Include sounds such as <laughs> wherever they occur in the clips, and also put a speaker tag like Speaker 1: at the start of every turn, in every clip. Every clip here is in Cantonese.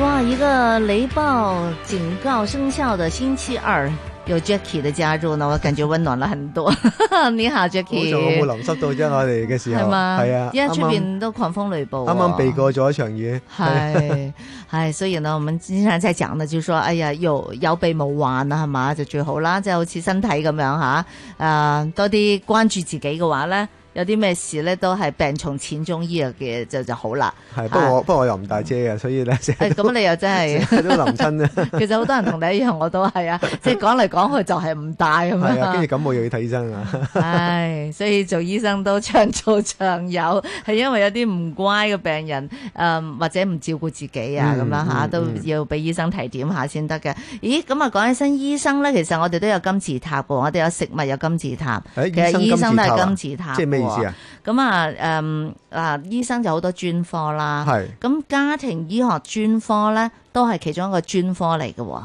Speaker 1: 哇，一个雷暴警告生效的星期二，有 Jackie 的加入呢，我感覺温暖了很多。 <laughs> 你好
Speaker 2: 好在我冇
Speaker 1: ，Jackie，
Speaker 2: 淋濕到啫，我哋嘅時候
Speaker 1: 係嘛？
Speaker 2: 係啊，
Speaker 1: 因為出
Speaker 2: 啱啱
Speaker 1: 邊都狂風雷暴啊喎，
Speaker 2: 啱啱避過咗一場雨，
Speaker 1: <laughs> 系，系，所以呢，我們經常在講呢，就說，哎呀，有有備無患啊，係嘛，就最好啦，即係好似身體咁樣吓，诶、多啲關注自己嘅話咧，有啲咩事咧都係病從淺中醫嘅就就好
Speaker 2: <laughs>
Speaker 1: 啦。
Speaker 2: 係不過我不過我又唔帶遮嘅，所
Speaker 1: <laughs>
Speaker 2: 以咧成
Speaker 1: 诶、
Speaker 2: 日都
Speaker 1: 咁你又真係，
Speaker 2: 成日都淋
Speaker 1: <laughs>
Speaker 2: 親啊，
Speaker 1: 其實好多人同你一樣，我都係啊，即係講嚟講去就係唔戴咁
Speaker 2: 係啊，
Speaker 1: 樣
Speaker 2: 跟住。感冒又要睇
Speaker 1: <laughs>
Speaker 2: 醫生啊，
Speaker 1: 唉，所以做醫生都長做長有，係因為有啲唔乖嘅病人，誒、或者唔照顧自己啊咁
Speaker 2: 嗯
Speaker 1: 樣嚇，
Speaker 2: 嗯
Speaker 1: 都
Speaker 2: 嗯
Speaker 1: 要俾醫生提點下先得嘅。咦，咁啊講起身醫生咧，其實我哋都有金字塔嘅喎，我哋有食物有金字塔，
Speaker 2: 誒
Speaker 1: 其實醫
Speaker 2: 醫
Speaker 1: 生
Speaker 2: 生金
Speaker 1: 都
Speaker 2: 字塔
Speaker 1: 係
Speaker 2: 啊
Speaker 1: 金，字塔。
Speaker 2: 即係咩意思？啊？
Speaker 1: 咁啊誒啊，醫生就好多專科啦。
Speaker 2: 係
Speaker 1: 咁家庭醫學專科咧，都係其中一個專科嚟嘅喎。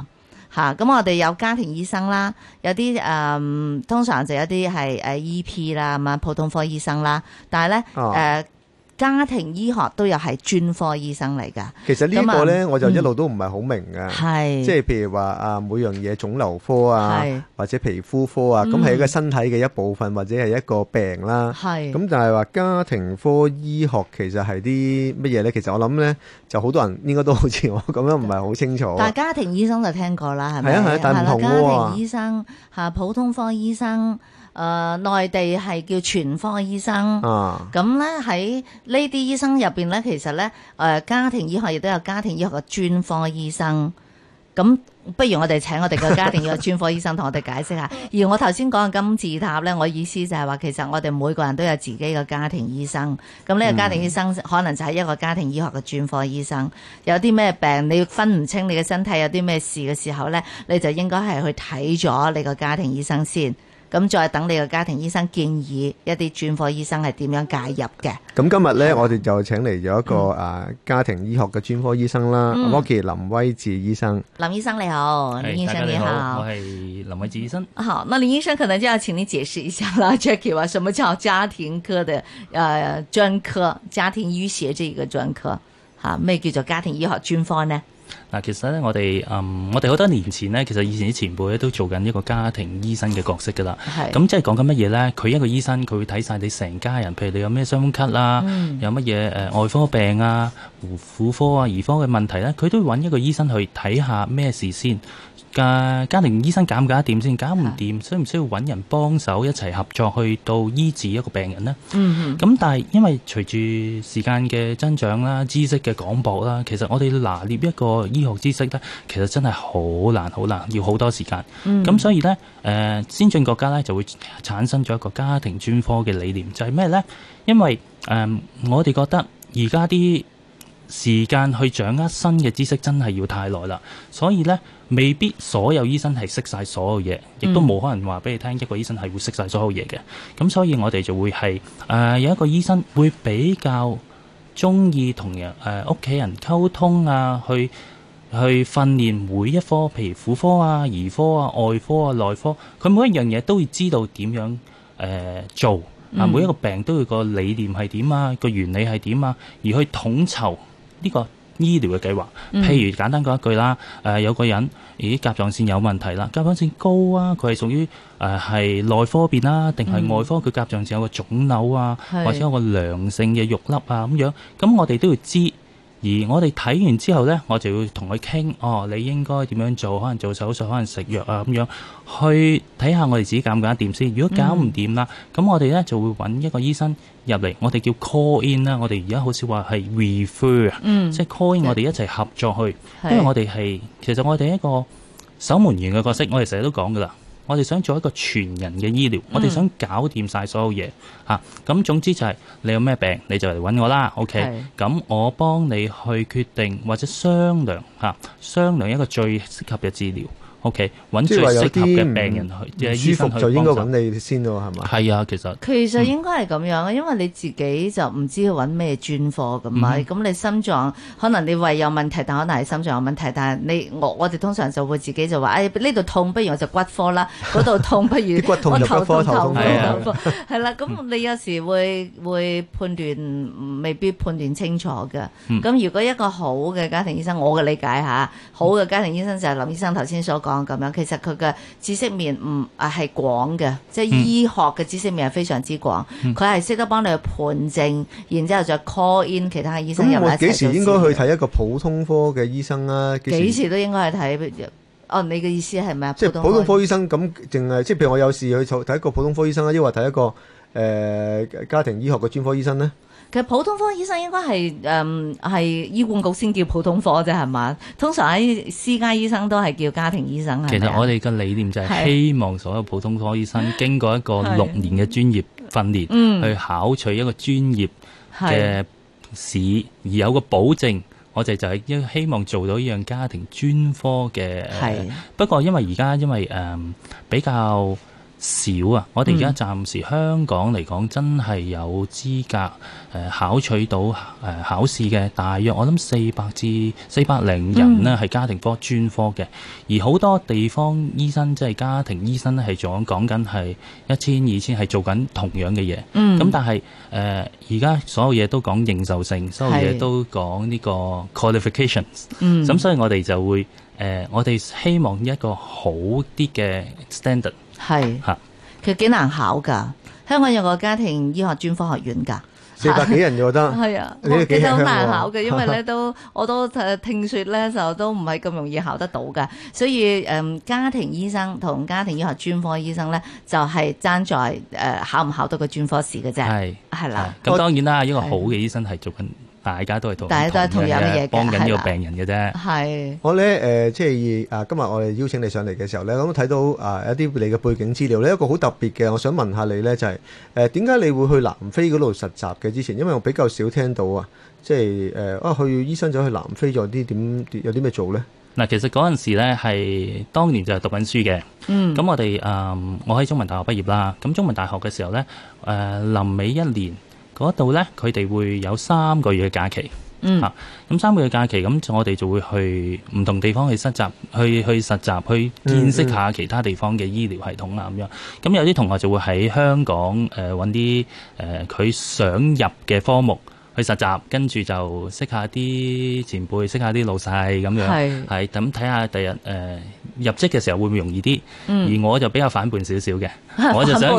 Speaker 1: 嚇，咁我哋有家庭醫生啦，有啲誒、嗯通常就有啲係誒 E.P. 啦，咁啊普通科醫生啦，但係咧
Speaker 2: 哦
Speaker 1: 誒家庭醫學都有係專科醫生嚟㗎，
Speaker 2: 其實呢個咧
Speaker 1: 咁啊
Speaker 2: 我就一路都唔係好明嘅。
Speaker 1: 係
Speaker 2: 即係譬如話啊，每樣嘢腫瘤科啊
Speaker 1: 係，
Speaker 2: 或者皮膚科啊，咁係一個身體嘅一部分，或者係一個病啦。
Speaker 1: 係
Speaker 2: 咁但係話家庭科醫學其實係啲乜嘢咧？其實我諗咧，就好多人應該都好似我咁樣唔係好清楚。
Speaker 1: 但係家庭醫生就聽過啦，係咪？
Speaker 2: 哦係啊係啊但係唔
Speaker 1: 啦，
Speaker 2: 同
Speaker 1: 家
Speaker 2: 嘅喎
Speaker 1: 庭醫生嚇，普通科醫生，誒、內地係叫全科醫生。
Speaker 2: 啊，
Speaker 1: 咁咧喺呢啲醫生入邊咧，其實咧誒、呃家庭醫學亦都有家庭醫學嘅專科醫生。咁不如我哋請我哋嘅家庭醫學專科醫生同我哋解釋下。而我頭先講嘅金字塔咧，我意思就係話其實我哋每個人都有自己嘅家庭醫生。咁呢個家庭醫生可能就係一個家庭醫學嘅專科醫生。有啲咩病，你分唔清你嘅身體有啲咩事嘅時候咧，你就應該係去睇咗你個家庭醫生先。咁再等你個家庭醫生建議一啲專科醫生係點樣介入嘅。
Speaker 2: 咁今日咧，我哋就請嚟咗一個啊家庭醫學嘅專科醫生啦
Speaker 1: 嗯
Speaker 2: ，Rocky 林威治醫生。
Speaker 1: 林醫生你好，
Speaker 3: 係
Speaker 1: 林醫
Speaker 3: 大
Speaker 1: 生
Speaker 3: 家
Speaker 1: 你
Speaker 3: 好，我
Speaker 1: 好。
Speaker 3: 係林偉智醫生。
Speaker 1: 好，那林醫生可能就要請你解釋一下啦 <laughs> ，Jackie 啊，什麼叫家庭科的呃專科？家庭醫學這個專科，吓咩叫做家庭醫學專科呢？
Speaker 3: 嗱，其實咧，我哋嗯，我哋好多年前咧，其實以前啲前輩咧都做緊一個家庭醫生嘅角色㗎啦。
Speaker 1: 係
Speaker 3: 咁即係講緊乜嘢咧？佢一個醫生，佢會睇晒你成家人，譬如你有咩傷風咳啦，
Speaker 1: 嗯
Speaker 3: 有乜嘢呃誒外科病啊、婦科啊、兒科嘅問題咧，佢都會揾一個醫生去睇下咩事先。家家庭醫生搞唔搞得掂先？搞唔
Speaker 1: 啊
Speaker 3: 掂，需唔需要揾人幫手一齊合作去到醫治一個病人呢？
Speaker 1: 嗯
Speaker 3: 咁但係因為隨住時間嘅增長啦、知識嘅廣博啦，其實我哋拿捏一個醫學知識咧，其實真係好難、好難，要好多時間。咁、所以咧，誒、先進國家咧就會產生咗一個家庭專科嘅理念，就係咩咧？因為誒、我哋覺得而家啲時間去掌握新嘅知識真係要太耐啦，所以呢，未必所有醫生係識晒所有嘢，亦都冇可能話俾你聽一個醫生係會識晒所有嘢嘅。咁所以我哋就會係誒、呃有一個醫生會比較中意同人誒屋企人溝通啊，去去訓練每一科，譬如婦科啊、兒科啊、外科啊、內科，佢每一樣嘢都會知道點樣誒、呃做啊，
Speaker 1: 嗯
Speaker 3: 每一個病都會個理念係點啊，個原理係點啊，而去統籌呢個醫療嘅計劃。
Speaker 1: 嗯
Speaker 3: 譬如簡單講一句啦，誒、有個人咦甲狀腺有問題啦，甲狀腺高啊，佢係屬於誒係內科邊啦，定係外科佢甲狀腺有個腫瘤啊，
Speaker 1: 係
Speaker 3: 或者有個良性嘅肉粒啊咁樣，咁我哋都要知。而我哋睇完之後呢，我就要同佢傾，哦，你應該點樣做？可能做手術，可能食藥啊咁樣，去睇下我哋自己搞唔搞得掂先。如果搞唔掂啦，咁、我哋呢就會揾一個醫生入嚟，我哋叫 call in 啦。我哋而家好似話係 refer 啊，
Speaker 1: 嗯
Speaker 3: 即係 call in，我哋一齊合作去，
Speaker 1: 係
Speaker 3: 因為我哋係其實我哋一個守門員嘅角色，我哋成日都講噶啦。我哋想做一個全人嘅醫療，我哋想搞掂晒所有嘢嚇。咁、總之就係你有咩病你就嚟揾我啦，OK？咁我幫你去決定或者商量嚇、商量一個最適合嘅治療，OK？揾
Speaker 2: 即
Speaker 3: 最
Speaker 2: 係話有
Speaker 3: 適合嘅
Speaker 2: 啲
Speaker 3: 病人去嘅醫
Speaker 2: 舒
Speaker 3: 生
Speaker 2: 服
Speaker 3: 去
Speaker 2: 就應該
Speaker 3: 幫手。
Speaker 2: 揾你先咯，係嘛？
Speaker 3: 係啊，其實
Speaker 1: 其實應該係咁樣，啊
Speaker 2: 嗯
Speaker 1: 因為你自己就唔知去揾咩專科咁嘛。
Speaker 3: 嗯
Speaker 1: 咁、你心臟可能你胃有問題，但可能係心臟有問題。但係你我我哋通常就會自己就話：，誒呢度痛，不如我就骨科
Speaker 2: <laughs>
Speaker 1: 啦；嗰度痛，不如
Speaker 2: 啲骨痛
Speaker 1: 我
Speaker 2: 就骨
Speaker 1: 頭
Speaker 2: 科
Speaker 1: 痛
Speaker 2: 頭
Speaker 1: 頭
Speaker 2: 痛
Speaker 1: 痛
Speaker 3: 係啊
Speaker 1: 頭痛。係啦，咁你有時會會判斷未必判斷清楚嘅。咁、
Speaker 3: 嗯
Speaker 1: 如果一個好嘅家庭醫生，我嘅理解下，
Speaker 2: 嗯
Speaker 1: 好嘅家庭醫生就係林醫生頭先所講咁樣，其實佢嘅知識面唔啊係廣嘅，即係
Speaker 3: 嗯
Speaker 1: 醫學嘅知識面係非常之廣。
Speaker 2: 嗯
Speaker 1: 佢係識得幫你去盤症，然之後再 call in 其他嘅醫生入
Speaker 2: 咁
Speaker 1: 嚟
Speaker 2: 我
Speaker 1: 一齊做
Speaker 2: 幾時應該
Speaker 1: 治療
Speaker 2: 去？睇一個普通科嘅醫生啊？
Speaker 1: 幾時都應該去睇。哦，你嘅意思係咪啊？
Speaker 2: 即係普通
Speaker 1: 科
Speaker 2: 科醫生咁，淨係即係譬如我有事去做睇一個普通科醫生啊，抑或睇一個誒、呃家庭醫學嘅專科醫生咧？
Speaker 1: 其實普通科醫生應該係誒係醫管局先叫普通科啫，係嘛？通常喺私家醫生都係叫家庭醫生。係咪
Speaker 3: 其
Speaker 1: 啊
Speaker 3: 實我哋嘅理念就
Speaker 1: 係
Speaker 3: 係希望所有普通
Speaker 1: <laughs>
Speaker 3: 科醫生經過一個
Speaker 1: 係
Speaker 3: 六年嘅專業訓練，
Speaker 1: 嗯
Speaker 3: 去考取一個專業
Speaker 1: 係
Speaker 3: 嘅試，而有個保證。我哋就係因希望做到呢樣家庭專科嘅，呃
Speaker 2: 呃
Speaker 1: 係
Speaker 3: 不過因為而家因為誒、呃比較少啊，我哋而家
Speaker 1: 嗯
Speaker 3: 暫時香港嚟講真係有資格誒、呃考取到誒、考試嘅，大約我諗四百至四百零
Speaker 1: 嗯
Speaker 3: 人呢係家庭科專科嘅，而好多地方醫生即係家庭醫生咧係講講緊係一千二千係做緊同樣嘅嘢。
Speaker 1: 嗯
Speaker 3: 咁但係誒，呃而家所有嘢都講認受性，所有
Speaker 1: 係
Speaker 3: 嘢都講呢個 qualifications。
Speaker 1: 嗯
Speaker 3: 咁所以我哋就會誒、呃我哋希望一個好啲嘅 standard
Speaker 1: 係
Speaker 3: 嚇。
Speaker 1: 其實幾難考㗎。香港有個家庭醫學專科學院㗎。
Speaker 2: 四百幾人
Speaker 1: <laughs>
Speaker 2: 我覺得。 <laughs>
Speaker 1: 係啊，
Speaker 2: 你都
Speaker 1: 我
Speaker 2: 幾
Speaker 1: 記得好
Speaker 2: 吃香
Speaker 1: 難
Speaker 2: 喎
Speaker 1: 考嘅，因為咧都 <laughs> 我都誒聽説咧就都唔係咁容易考得到嘅，所以誒、嗯家庭醫生同家庭醫學專科醫生咧就係、爭在誒、呃考唔考到個專科試嘅啫，
Speaker 3: 係
Speaker 1: 係啦
Speaker 3: 係。咁當然啦，一個
Speaker 1: 係
Speaker 3: 好嘅醫生係做緊，大家都係同
Speaker 1: 大家都係同樣嘅嘢嘅
Speaker 3: 幫緊
Speaker 1: 係
Speaker 3: 呢
Speaker 1: 啦
Speaker 3: 個病人嘅啫。
Speaker 1: 係
Speaker 2: 我咧誒、呃即係啊，今日我哋邀請你上嚟嘅時候咧，咁睇到啊一啲你嘅背景資料咧，一個好特別嘅，我想問下你咧，就係誒點解你會去南非嗰度實習嘅？之前因為我比較少聽到啊，即係誒、呃啊去醫生就去南非有啲
Speaker 3: 嗯
Speaker 2: 點有啲咩做咧？
Speaker 3: 嗱，其實嗰陣時咧係當年就係讀緊書嘅。
Speaker 1: 嗯
Speaker 3: 咁我哋誒、嗯我喺中文大學畢業啦。咁中文大學嘅時候咧，誒、臨尾一年嗰度咧，佢哋會有三個月嘅假期。
Speaker 1: 嗯
Speaker 3: 啊咁三個月假期，咁我哋就會去唔同地方去實習，去去實習，去
Speaker 1: 嗯
Speaker 3: 見識下其他地方嘅醫療系統啦啊咁樣。咁有啲同學就會喺香港誒揾啲誒佢想入嘅科目去實習，跟住就識下啲前輩，識下啲老細咁樣。
Speaker 1: 係
Speaker 3: 係咁睇下第日誒入職嘅時候會唔會容易啲？
Speaker 1: 嗯
Speaker 3: 而我就比較反叛少少
Speaker 1: <laughs>
Speaker 3: 嘅，我就想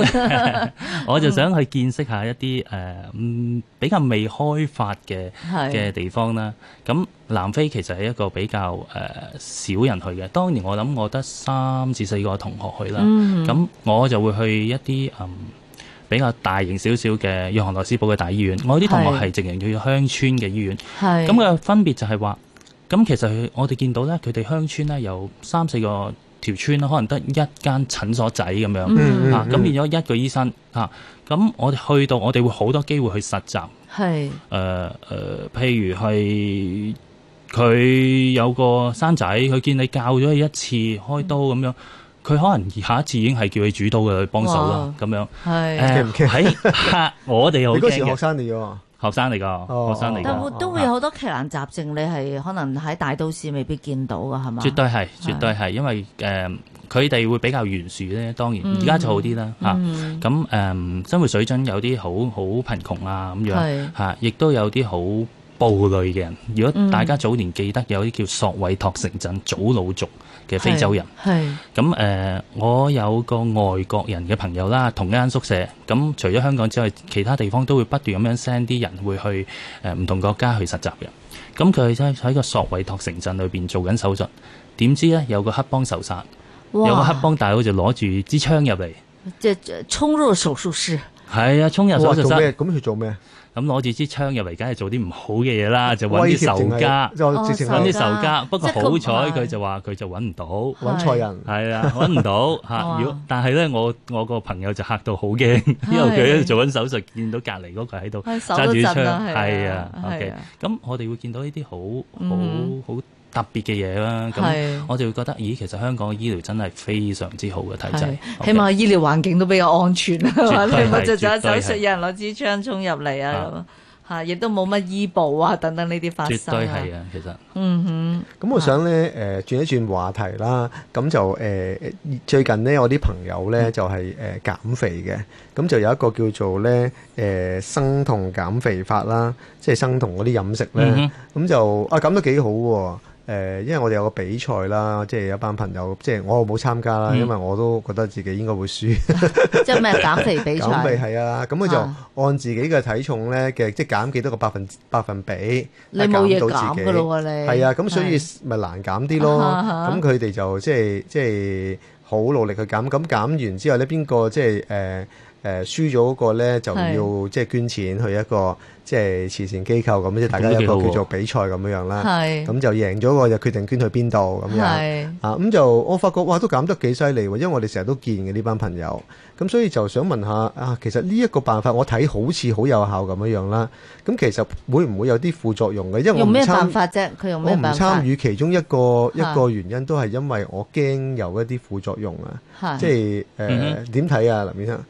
Speaker 3: <laughs> 我就
Speaker 1: 嗯
Speaker 3: 想去見識下一啲誒、嗯比較未開發
Speaker 1: 係
Speaker 3: 嘅
Speaker 1: 啊
Speaker 3: 嘅地方啦。咁南非其實係一個比較誒、呃少人去嘅，當然我諗我得三至四個同學去啦。
Speaker 1: 嗯
Speaker 3: 咁、我就會去一啲嗯比較大型少少嘅約翰內斯堡嘅大醫院，我有啲同學
Speaker 1: 係
Speaker 3: 係直情去鄉村嘅醫院。
Speaker 1: 係
Speaker 3: 咁啊嘅分別就係話，咁其實佢我哋見到咧，佢哋鄉村咧有三四個條村啦，可能得一間診所仔咁樣。
Speaker 1: 嗯
Speaker 3: 啊，咁變咗一個醫生啊，咁我哋去到我哋會好多機會去實習，誒、
Speaker 1: 係
Speaker 3: 誒、呃譬如係佢有個生仔，佢見你教咗佢一次開刀咁樣，佢可能下一次已經係叫你主刀嘅去幫手啦，咁樣。
Speaker 1: 係。
Speaker 2: 驚
Speaker 3: 誒
Speaker 2: 唔驚
Speaker 3: 喺 <laughs> 嚇我哋好
Speaker 2: 你
Speaker 3: 驚
Speaker 2: 嗰時學哦
Speaker 3: 嘅
Speaker 2: 生嚟嘅喎。
Speaker 3: 學生嚟㗎，學生嚟
Speaker 1: 但
Speaker 3: 㗎
Speaker 1: 會，都會有好多奇難雜症，你係可能喺大都市未必見到㗎，係嘛？
Speaker 3: 絕對係，絕對係，因為誒佢哋會比較懸殊咧，當然而家就好啲啦嚇。
Speaker 1: 嗯，
Speaker 3: 啊咁誒、嗯生活水準有啲好好貧窮 <laughs> 啊咁
Speaker 1: 係
Speaker 3: 樣嚇，亦都有啲好暴類嘅人。如
Speaker 1: 嗯
Speaker 3: 果大家早年記得有啲叫索韋托城鎮祖魯族嘅非洲人，
Speaker 1: 係
Speaker 3: 咁誒、我有個外國人嘅朋友啦，同一間宿舍，咁除咗香港之外，其他地方都會不斷咁樣 send 啲人會去誒唔、同國家去實習嘅。咁佢喺喺個索韋托城鎮裏邊做緊手術，點知啊咧有個黑幫仇殺，有個黑
Speaker 1: 哇！
Speaker 3: 幫大佬就攞住支槍入嚟。
Speaker 1: 即係衝入手術室。
Speaker 3: 係啊，衝入
Speaker 2: 哇
Speaker 3: 手術
Speaker 2: 做咩？
Speaker 3: 室，
Speaker 2: 咁佢做咩？
Speaker 3: 咁攞住支槍入嚟，梗係做啲唔好嘅嘢啦，就揾
Speaker 2: 威
Speaker 3: 啲
Speaker 2: 脅淨
Speaker 3: 仇
Speaker 2: 係
Speaker 3: 家，
Speaker 2: 就直情
Speaker 3: 揾
Speaker 1: 哦
Speaker 3: 啲
Speaker 2: 係
Speaker 1: 仇
Speaker 3: 仇
Speaker 1: 家
Speaker 3: 家。不過
Speaker 1: 即係
Speaker 3: 好
Speaker 1: 佢
Speaker 3: 彩佢就話佢就揾唔到。
Speaker 2: 揾錯人。
Speaker 3: 係啦，揾唔到
Speaker 1: 哇 <laughs>
Speaker 3: 嚇。如果但係咧，我我個朋友就嚇到好驚，因為佢喺度做緊手術，見到隔離嗰個
Speaker 1: <laughs>
Speaker 3: 喺度
Speaker 1: 係手
Speaker 3: 揸
Speaker 1: 都
Speaker 3: 住支槍，
Speaker 1: 震啦，
Speaker 3: 係啊
Speaker 1: 係
Speaker 3: ，OK
Speaker 1: 啊。
Speaker 3: 咁我哋會見到呢啲好好
Speaker 1: 嗯
Speaker 3: 好特別嘅嘢啦。咁
Speaker 1: 係
Speaker 3: 我就會覺得，咦，其實香港嘅醫療真係非常之好嘅體制
Speaker 1: 係，，
Speaker 3: OK
Speaker 1: 起碼醫療環境都比較安全啦，啊係
Speaker 3: 絕
Speaker 1: 嘛
Speaker 3: 對
Speaker 1: 你咪
Speaker 3: 係
Speaker 1: 就做
Speaker 3: 絕
Speaker 1: 手
Speaker 3: 對
Speaker 1: 術，
Speaker 3: 係
Speaker 1: 有人攞支槍衝入嚟啊咁啊，嚇亦都冇乜醫保啊等等呢啲發
Speaker 3: 絕
Speaker 1: 生
Speaker 3: 對
Speaker 1: 啊。
Speaker 3: 係啊，其實。
Speaker 1: 嗯
Speaker 2: 咁我想咧呃誒轉一轉話題啦，咁就誒、呃最近呢，我啲朋友
Speaker 1: 嗯
Speaker 2: 咧就係、誒、減肥嘅，咁就有一個叫做咧誒、呃生酮減肥法啦，即係生酮嗰啲飲食咧，
Speaker 3: 嗯
Speaker 2: 咁
Speaker 3: 哼、
Speaker 2: 就啊咁都幾好喎、呃因為我哋有個比賽啦，即係有一班朋友，即係我冇參加啦，
Speaker 3: 嗯
Speaker 2: 因為我都覺得自己應該會輸。 <laughs>
Speaker 1: 哼，即係咩減肥比
Speaker 2: 減肥
Speaker 1: 賽？
Speaker 2: 係啊，咁佢
Speaker 1: 啊
Speaker 2: 就按自己嘅體重咧嘅，即係減幾多個百分百分比，
Speaker 1: 你冇嘢
Speaker 2: 減到
Speaker 1: 減
Speaker 2: 自己
Speaker 1: 噶咯喎，你
Speaker 2: 係啊，咁所以
Speaker 1: 係
Speaker 2: 咪難減啲咯。
Speaker 1: 啊哈
Speaker 2: 咁佢哋就即係即係好努力去減。咁減完之後咧，邊個即係誒誒輸咗嗰個咧，就
Speaker 1: 係
Speaker 2: 要即係捐錢去一個即係慈善機構咁，即係大家有一
Speaker 3: 咁都幾
Speaker 2: 個
Speaker 3: 好喎
Speaker 2: 叫做比賽咁樣樣啦。
Speaker 1: 係
Speaker 2: 咁就贏咗個就決定捐去邊度咁樣。
Speaker 1: 係
Speaker 2: 啊，咁就我發覺哇，都減得幾犀利喎，因為我哋成日都見嘅呢班朋友，咁所以就想問下啊，其實呢一個辦法我睇好似好有效咁樣樣啦，咁其實會唔會有啲副作用嘅？因為我
Speaker 1: 用
Speaker 2: 唔
Speaker 1: 咩
Speaker 2: 參
Speaker 1: 辦法啫？佢用
Speaker 2: 我
Speaker 1: 咩
Speaker 2: 唔
Speaker 1: 辦法
Speaker 2: 參？與其中一個一
Speaker 1: 嚇
Speaker 2: 個原因都係因為我驚有一啲副作用啊，
Speaker 1: 係
Speaker 2: 即係
Speaker 3: 嗯
Speaker 2: 誒點睇啊，林醫生？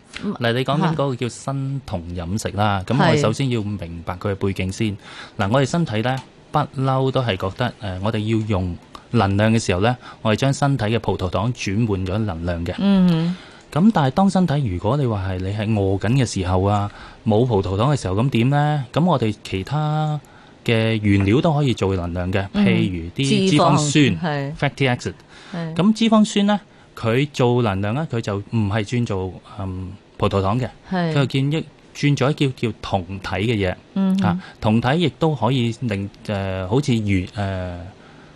Speaker 3: 嗱，你講緊
Speaker 1: 嚇
Speaker 3: 嗰個叫生酮飲食啦，咁
Speaker 1: 係
Speaker 3: 我哋首先要明白佢嘅背景先。嗱，我哋身體咧不嬲都係覺得誒、呃我哋要用能量嘅時候咧，我哋將身體嘅葡萄糖轉換咗能量嘅。
Speaker 1: 嗯
Speaker 3: 咁但係當身體如果你話係你係餓緊嘅時候啊，冇葡萄糖嘅時候，咁點呢？咁我哋其他嘅原料都可以做能量嘅，
Speaker 1: 嗯
Speaker 3: 譬如
Speaker 1: 哼，
Speaker 3: 啲脂肪酸
Speaker 1: 係
Speaker 3: （fatty acid）。
Speaker 1: 係
Speaker 3: 咁脂肪酸呢，佢做能量呢，佢就唔係轉做嗯葡萄糖嘅。佢又
Speaker 1: 係
Speaker 3: 建議轉咗一叫叫酮體嘅嘢
Speaker 1: 嗯
Speaker 3: 嚇
Speaker 1: 哼，
Speaker 3: 酮體亦都可以令誒、呃好似原誒、呃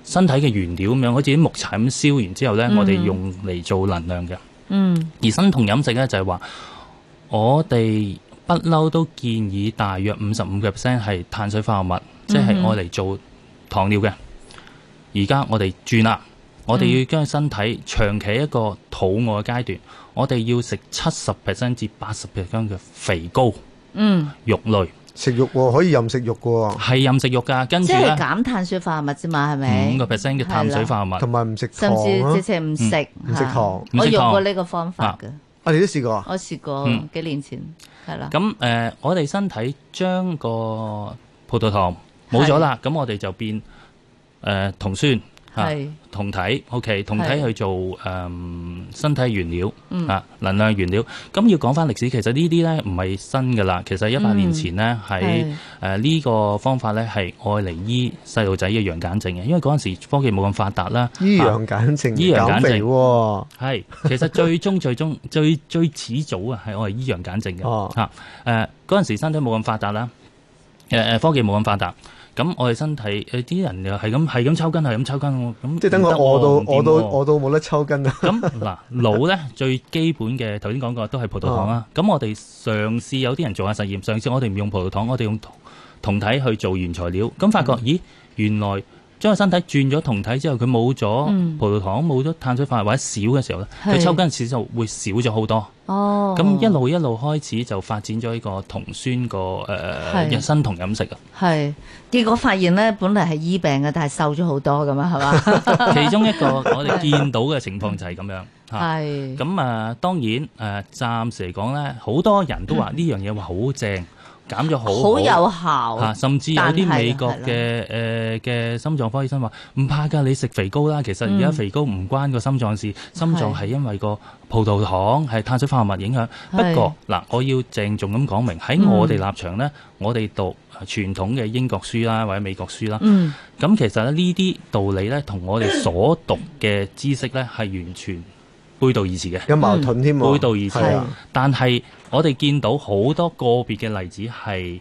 Speaker 3: 身體嘅原料咁樣，好似啲木柴咁燒完之後咧，
Speaker 1: 嗯
Speaker 3: 我哋用嚟做能量嘅。
Speaker 1: 嗯
Speaker 3: 而生酮飲食咧就係話，我哋不嬲都建議大約五十五 percent 係碳水化合物，即係
Speaker 1: 嗯哼
Speaker 3: 愛嚟做糖尿嘅。而家我哋轉啦，我
Speaker 1: 嗯
Speaker 3: 哋要將身體長期一個肚餓嘅階段，我哋要食七十 percent 至八十 percent 嘅肥膏。
Speaker 1: 嗯，
Speaker 3: 肉類
Speaker 2: 食肉喎，可以任食肉嘅喎，
Speaker 3: 係任食肉㗎，跟
Speaker 1: 即
Speaker 3: 住
Speaker 1: 係
Speaker 3: 咧
Speaker 1: 減碳水化合物啫嘛，係咪？
Speaker 3: 五個 percent 嘅碳水化合物
Speaker 2: 同埋唔食糖
Speaker 1: 甚至
Speaker 2: 啊
Speaker 1: 直，情唔食
Speaker 2: 唔食
Speaker 1: 嚇
Speaker 2: 糖
Speaker 1: 我
Speaker 3: 嗯唔食
Speaker 1: 用
Speaker 3: 糖
Speaker 1: 過呢個方法嘅，
Speaker 2: 啊你都試過啊？
Speaker 1: 我試過
Speaker 3: 嗯
Speaker 1: 幾年前，係啦，
Speaker 3: 咁誒、呃我哋身體將個葡萄糖冇咗啦，咁我哋就變誒、呃酮酸嚇
Speaker 1: 係
Speaker 3: 酮體，OK，酮體
Speaker 1: 係
Speaker 3: 去做誒、嗯身體原料
Speaker 1: 嗯
Speaker 3: 啊，能量原料。咁要講翻歷史，其實呢啲咧唔係新噶啦，其實一百年前咧喺
Speaker 1: 嗯係
Speaker 3: 誒呢個方法咧係愛嚟醫細路仔嘅羊癇症嘅，因為嗰陣時科技冇咁發達啦。
Speaker 2: 醫
Speaker 3: 啊
Speaker 2: 陽簡症
Speaker 3: 醫陽
Speaker 2: 減
Speaker 3: 簡
Speaker 2: 肥
Speaker 3: 症
Speaker 2: 喎，哦
Speaker 1: 嗯
Speaker 3: 係，其實最終 <laughs> 最終最最始祖啊，係我係醫陽簡症嘅
Speaker 2: 哦
Speaker 3: 嚇。誒嗰陣時身體冇咁發達啦，誒、誒科技冇咁發達，咁我哋身體誒啲人又係咁係咁抽筋係咁抽筋喎，咁
Speaker 2: 即係等
Speaker 3: 唔
Speaker 2: 我
Speaker 3: 得喎
Speaker 2: 餓
Speaker 3: 唔
Speaker 2: 到餓到
Speaker 3: 掂喎
Speaker 2: 餓到冇得抽筋啊！
Speaker 3: 咁嗱，腦咧最基本嘅頭先講過都係葡萄糖啦。
Speaker 1: 啊
Speaker 3: 咁我哋嘗試有啲人做下實驗，上次我哋唔用葡萄糖，我哋用酮酮體去做原材料，咁發
Speaker 1: 嗯
Speaker 3: 覺咦，原來將個身體轉咗酮體之後，佢冇
Speaker 1: 嗯
Speaker 3: 咗葡萄糖，冇咗碳水化合物或者少嘅時候咧，
Speaker 1: 係
Speaker 3: 佢抽筋嘅次數會少咗好多。
Speaker 1: 哦，
Speaker 3: 咁一路一路開始就發展咗呢個酮酸個誒
Speaker 1: 係
Speaker 3: 日生酮
Speaker 1: <laughs>
Speaker 3: 飲食啊。
Speaker 1: 係結果發現咧，本嚟係醫病嘅，但係瘦咗好多咁啊，係
Speaker 3: <laughs>
Speaker 1: 嘛？
Speaker 3: 其中一個我哋見到嘅情況就係咁樣
Speaker 1: <laughs>
Speaker 3: 嚇。
Speaker 1: 係
Speaker 3: 咁啊，當然誒、呃，暫時嚟講咧，好多人都話呢樣嘢話好正，減咗好
Speaker 1: 嗯
Speaker 3: 啊
Speaker 1: 好有
Speaker 3: 嚇、
Speaker 1: 效，
Speaker 3: 甚至有
Speaker 1: 但係
Speaker 3: 啲美國
Speaker 1: 係
Speaker 3: 嘅誒嘅心臟科醫生話唔怕㗎，你食肥膏啦。其實而家
Speaker 1: 嗯
Speaker 3: 肥膏唔關個心臟事，心
Speaker 1: 係
Speaker 3: 臟係因為個葡萄糖係碳水化合物影響。不過嗱，我要鄭重咁講明
Speaker 1: 嗯
Speaker 3: 喺我哋立場咧，我哋讀呃傳統嘅英國書啦，或者美國書啦，
Speaker 1: 嗯，
Speaker 3: 咁其實咧呢啲道理咧，同我哋所讀嘅知識咧係完全背道而馳嘅。
Speaker 2: 有矛盾添喎，
Speaker 3: 嗯背道而馳
Speaker 2: 係啊！
Speaker 3: 但係我哋見到好多個別嘅例子係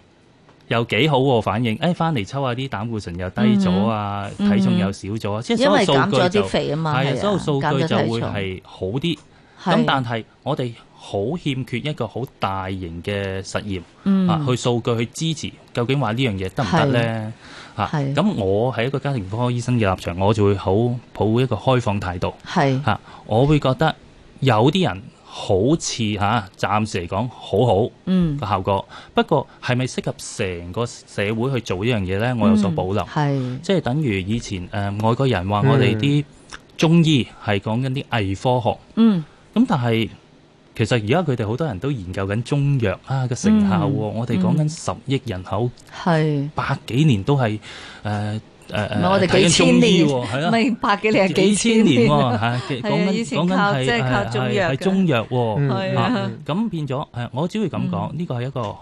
Speaker 3: 有幾好喎反應，誒翻嚟抽下啲膽固醇又低咗啊，
Speaker 1: 嗯哼
Speaker 3: 體重又少咗啊，即係
Speaker 1: 因
Speaker 3: 所
Speaker 1: 為
Speaker 3: 有
Speaker 1: 減咗
Speaker 3: 數據
Speaker 1: 啲
Speaker 3: 就
Speaker 1: 肥啊嘛，
Speaker 3: 係啊，
Speaker 1: 係
Speaker 3: 所有數據就會
Speaker 1: 係
Speaker 3: 係好啲，
Speaker 1: 係
Speaker 3: 咁但係我哋好欠缺一個好大型嘅實驗、
Speaker 1: 嗯
Speaker 3: 啊，去數據去支持，究竟話呢樣嘢得唔得呢？嚇
Speaker 1: 係
Speaker 3: 咁、我係一個家庭科醫生嘅立場，我就會好抱一個開放態度
Speaker 1: 係
Speaker 3: 嚇、啊我會覺得有啲人好似嚇、暫時嚟講好好。
Speaker 1: 嗯，
Speaker 3: 個效果，不過係咪適合成個社會去做呢樣嘢呢？我有
Speaker 1: 嗯
Speaker 3: 所保留。
Speaker 1: 係
Speaker 3: 即係等於以前誒、呃外國人話我哋啲中醫係講緊啲偽科學，
Speaker 1: 嗯
Speaker 3: 咁但係其實而家佢哋好多人都研究緊中藥啊嘅成效喎、
Speaker 1: 嗯
Speaker 3: 我哋講緊十億人口，
Speaker 1: 係，
Speaker 3: 百幾年都係誒誒
Speaker 1: 唔係
Speaker 3: 誒，
Speaker 1: 我哋
Speaker 3: 睇
Speaker 1: 幾
Speaker 3: 緊中
Speaker 1: 千
Speaker 3: 醫
Speaker 1: 年
Speaker 3: 喎，係，啊。
Speaker 1: 咪百幾年係幾
Speaker 3: 千
Speaker 1: 千
Speaker 3: 年
Speaker 1: 年
Speaker 3: 喎，係嘅
Speaker 1: 係啊
Speaker 3: 講緊
Speaker 1: 以前
Speaker 3: 講緊
Speaker 1: 靠
Speaker 3: 係
Speaker 1: 即係靠
Speaker 3: 係
Speaker 1: 中藥
Speaker 3: 係
Speaker 1: 嘅
Speaker 3: 中藥喎，
Speaker 2: 嗯
Speaker 1: 係啊，
Speaker 3: 咁變咗誒，我只會咁講，呢個係一個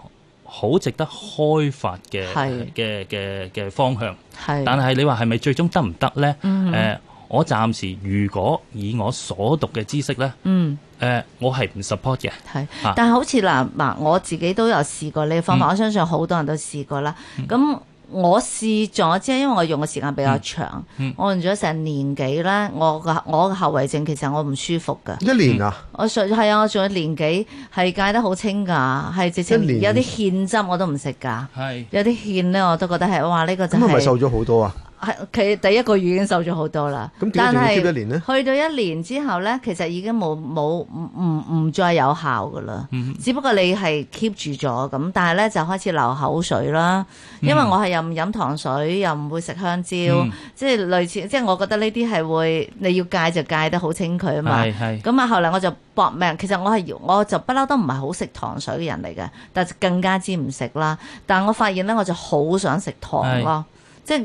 Speaker 3: 好值得開發嘅
Speaker 1: 係
Speaker 3: 嘅嘅嘅方向。
Speaker 1: 係，
Speaker 3: 但係你話係咪最終得唔得呢？誒、
Speaker 1: 嗯
Speaker 3: 我暫時如果以我所讀嘅知識呢，
Speaker 1: 嗯。
Speaker 3: 誒、我係唔 support 嘅。
Speaker 1: 係
Speaker 3: 啊，
Speaker 1: 但係好似嗱嗱，我自己都有試過呢個方法，
Speaker 3: 嗯
Speaker 1: 我相信好多人都試過啦。咁我試咗之後，因為我用嘅時間比較長，
Speaker 3: 嗯嗯
Speaker 1: 我用咗成年幾啦。我個我嘅後遺症其實我唔舒服㗎。
Speaker 2: 一年啊，
Speaker 1: 我上係啊，我仲有年幾係戒得好清㗎，係直
Speaker 2: 一
Speaker 1: 情
Speaker 2: 年
Speaker 1: 有啲芡汁我都唔食㗎，
Speaker 3: 係
Speaker 1: 有啲芡咧我都覺得係哇呢、個
Speaker 2: 咁
Speaker 1: 就
Speaker 2: 係咪
Speaker 1: 係、
Speaker 2: 瘦咗好多啊？
Speaker 1: 係佢第一個月已經瘦咗好多啦。
Speaker 2: 咁點解
Speaker 1: 但
Speaker 2: 仲要
Speaker 1: 係
Speaker 2: keep 一年呢？
Speaker 1: 去到一年之後咧，其實已經冇冇唔唔唔再有效噶啦。只不過你係 keep 住咗咁，但係咧就開始流口水啦。因為我係又唔飲糖水，又唔會食香蕉，
Speaker 3: 嗯
Speaker 1: 即係類似，即係我覺得呢啲係會你要戒就戒得好清佢啊嘛。
Speaker 3: 係係
Speaker 1: 咁啊，後嚟我就搏命。其實我係我就不嬲都唔係好食糖水嘅人嚟嘅，但係更加之唔食啦。但係我發現咧，我就好想食糖咯，即係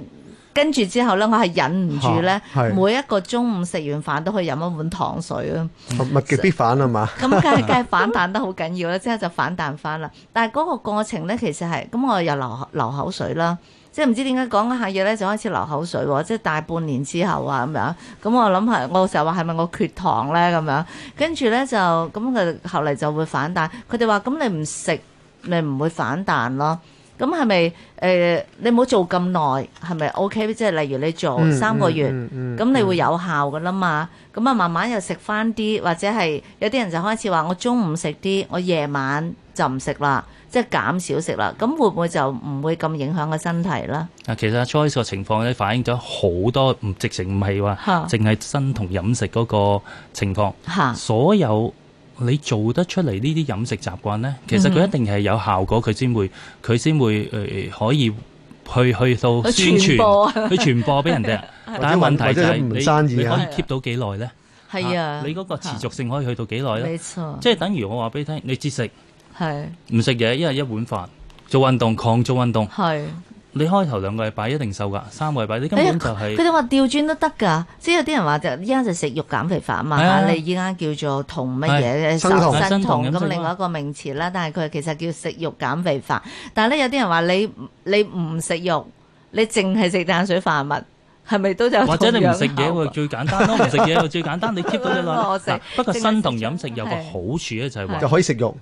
Speaker 1: 跟住之後咧，我係忍唔住咧，
Speaker 2: 嚇係
Speaker 1: 每一個中午食完飯都可以飲一碗糖水啊。
Speaker 3: 嗯
Speaker 2: 物極必反啊嘛，
Speaker 1: 咁梗係梗係反彈得好緊要啦，之後就反彈翻啦。但係嗰個過程咧，其實係咁，我又流流口水啦，即係唔知點解講嗰下嘢咧就開始流口水喎，即係大半年之後啊咁樣。咁我諗係我成日話係咪我缺糖咧咁樣，跟住咧就咁佢後嚟就會反彈。佢哋話咁你唔食你唔會反彈咯。咁係咪誒你唔好做咁耐係咪 OK？即係例如你做
Speaker 2: 嗯
Speaker 1: 哦三個月。
Speaker 2: 嗯嗯嗯
Speaker 1: 咁你會有效噶啦嘛？咁啊，慢慢又食翻啲，或者係有啲人就開始話我中午食啲，我夜晚就唔食啦，即係減少食啦。咁會唔會就唔會咁影響個身體啦？
Speaker 3: 啊，其實 À, Choice 個情況咧反映咗好多，唔直情唔係
Speaker 1: 嚇
Speaker 3: 話淨係生同飲食嗰個情況。
Speaker 1: 嚇，
Speaker 3: 所有你做得出嚟呢啲飲食習慣呢，其實佢一定係有效果，佢先會佢先會誒、呃可以。去去到宣
Speaker 1: 去傳播
Speaker 3: 傳，去傳播俾人
Speaker 1: <laughs>
Speaker 3: 哋。但係問題就
Speaker 2: 或者
Speaker 3: 係
Speaker 2: 有
Speaker 3: 你
Speaker 2: 唔
Speaker 3: 你
Speaker 2: 生意啊
Speaker 3: 可以 keep 到幾耐呢？
Speaker 1: 係啊，
Speaker 3: 你嗰個持續性可以去到幾耐
Speaker 1: 嚇，
Speaker 3: 呢？
Speaker 1: 冇錯，
Speaker 3: 即係等於我話俾你聽，你節食
Speaker 1: 係
Speaker 3: 唔食嘢，一日一碗飯，做運動狂做運動，
Speaker 1: 係。
Speaker 3: 你開頭兩個禮拜一定瘦㗎，三個禮拜你根
Speaker 1: 哎呀
Speaker 3: 本就係、
Speaker 1: 佢哋話調轉都得㗎，即係有啲人話就依家就食肉減肥法嘛，
Speaker 3: 係啊
Speaker 1: 你依家叫做酮乜嘢
Speaker 2: 生酮
Speaker 1: 生
Speaker 3: 生
Speaker 1: 酮
Speaker 3: 酮飲食
Speaker 1: 咁
Speaker 3: 法
Speaker 1: 另外一個名詞啦，但係佢其實叫食肉減肥法。但係咧有啲人話你你唔食肉，你淨係食碳水化合物，係咪都
Speaker 3: <laughs>
Speaker 1: 有
Speaker 3: 或者你唔食嘢
Speaker 1: 同
Speaker 3: 喎，
Speaker 1: 樣效
Speaker 3: 最簡
Speaker 1: <laughs>
Speaker 3: 單咯，唔食嘢喎最簡單，你 keep 到咗
Speaker 1: 我
Speaker 3: 啦。
Speaker 1: 食
Speaker 3: 嗱不過
Speaker 1: 淨係
Speaker 3: 生
Speaker 1: 食
Speaker 3: 同
Speaker 1: 咗
Speaker 3: 飲食有個
Speaker 1: 係
Speaker 3: 好處咧，就係話
Speaker 2: 就可以食肉。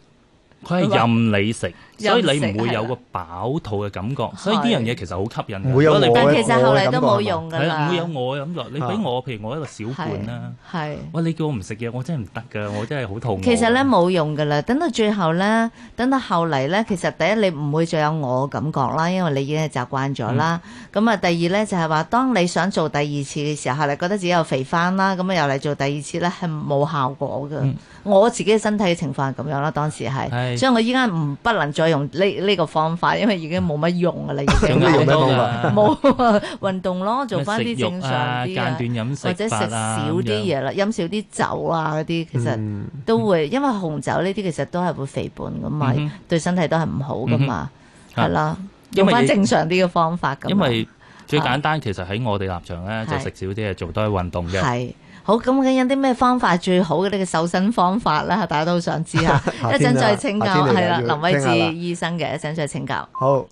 Speaker 3: 佢係任你食，
Speaker 1: 任
Speaker 3: 所
Speaker 1: 食
Speaker 3: 以你唔會有個飽肚嘅感覺。所以呢樣嘢其實好吸引嘅。
Speaker 2: 唔會有
Speaker 3: 如果你
Speaker 2: 我
Speaker 1: 但
Speaker 2: 嘅
Speaker 1: 其實後嚟都冇用㗎
Speaker 3: 係啊
Speaker 1: 啦，
Speaker 3: 唔會有我嘅感覺。你
Speaker 2: 啊
Speaker 3: 俾我，譬如我一個小半啦，
Speaker 1: 係。
Speaker 3: 喂，你叫我唔食嘢，我真係唔得㗎，我真係好肚餓。
Speaker 1: 其實咧冇用噶啦，等到最後咧，等到後嚟咧，其實第一你唔會再有我感覺啦，因為你已經係習慣咗啦。
Speaker 3: 嗯
Speaker 1: 咁啊、第二咧就係話，當你想做第二次嘅時候，你覺得自己又肥翻啦，咁啊又嚟做第二次咧，係冇效果嘅。
Speaker 3: 嗯
Speaker 1: 我自己嘅身體嘅情況係咁樣啦，當時係，
Speaker 3: 係
Speaker 1: 所以我依家唔不能再用呢呢、個方法，因為已經冇乜用噶啦，已
Speaker 2: 咁
Speaker 3: <laughs>
Speaker 1: 經
Speaker 2: 你用咩
Speaker 3: 好
Speaker 2: 方
Speaker 3: 多
Speaker 2: 法
Speaker 3: 㗎
Speaker 1: 冇啊運動
Speaker 3: <laughs>
Speaker 1: 咯，做
Speaker 3: 咩
Speaker 1: 翻
Speaker 3: 食
Speaker 1: 啲
Speaker 3: 肉
Speaker 1: 正常
Speaker 3: 啊，
Speaker 1: 啲啊
Speaker 3: 間斷飲食
Speaker 1: 或者食少
Speaker 3: 法啊
Speaker 1: 啲
Speaker 3: 咁樣
Speaker 1: 嘢啦，飲少啲酒啊嗰啲，其實。
Speaker 2: 嗯
Speaker 1: 都會，因為紅酒呢啲其實都係會肥胖噶嘛，
Speaker 3: 嗯哼
Speaker 1: 對身體都係唔好噶嘛，
Speaker 3: 嗯
Speaker 1: 係
Speaker 3: 哼
Speaker 1: 啦，
Speaker 3: 因
Speaker 1: 用
Speaker 3: 為
Speaker 1: 翻
Speaker 3: 你
Speaker 1: 正常啲嘅方法咁啊。
Speaker 3: 因為最簡單，其實喺我哋立場咧，就
Speaker 1: 係
Speaker 3: 食少啲嘢，做多啲運動嘅。
Speaker 1: 係好咁，究竟有啲咩方法最好嘅呢個瘦身方法啦？大家都想知啊，
Speaker 2: <laughs> 夏
Speaker 1: 一
Speaker 2: 天
Speaker 1: 陣
Speaker 2: 啊
Speaker 1: 再請教
Speaker 2: 夏天嚟啊
Speaker 1: 係啦，
Speaker 2: 要
Speaker 1: 林威
Speaker 2: 聽下啦
Speaker 1: 智醫生嘅一陣再請教。
Speaker 2: 好。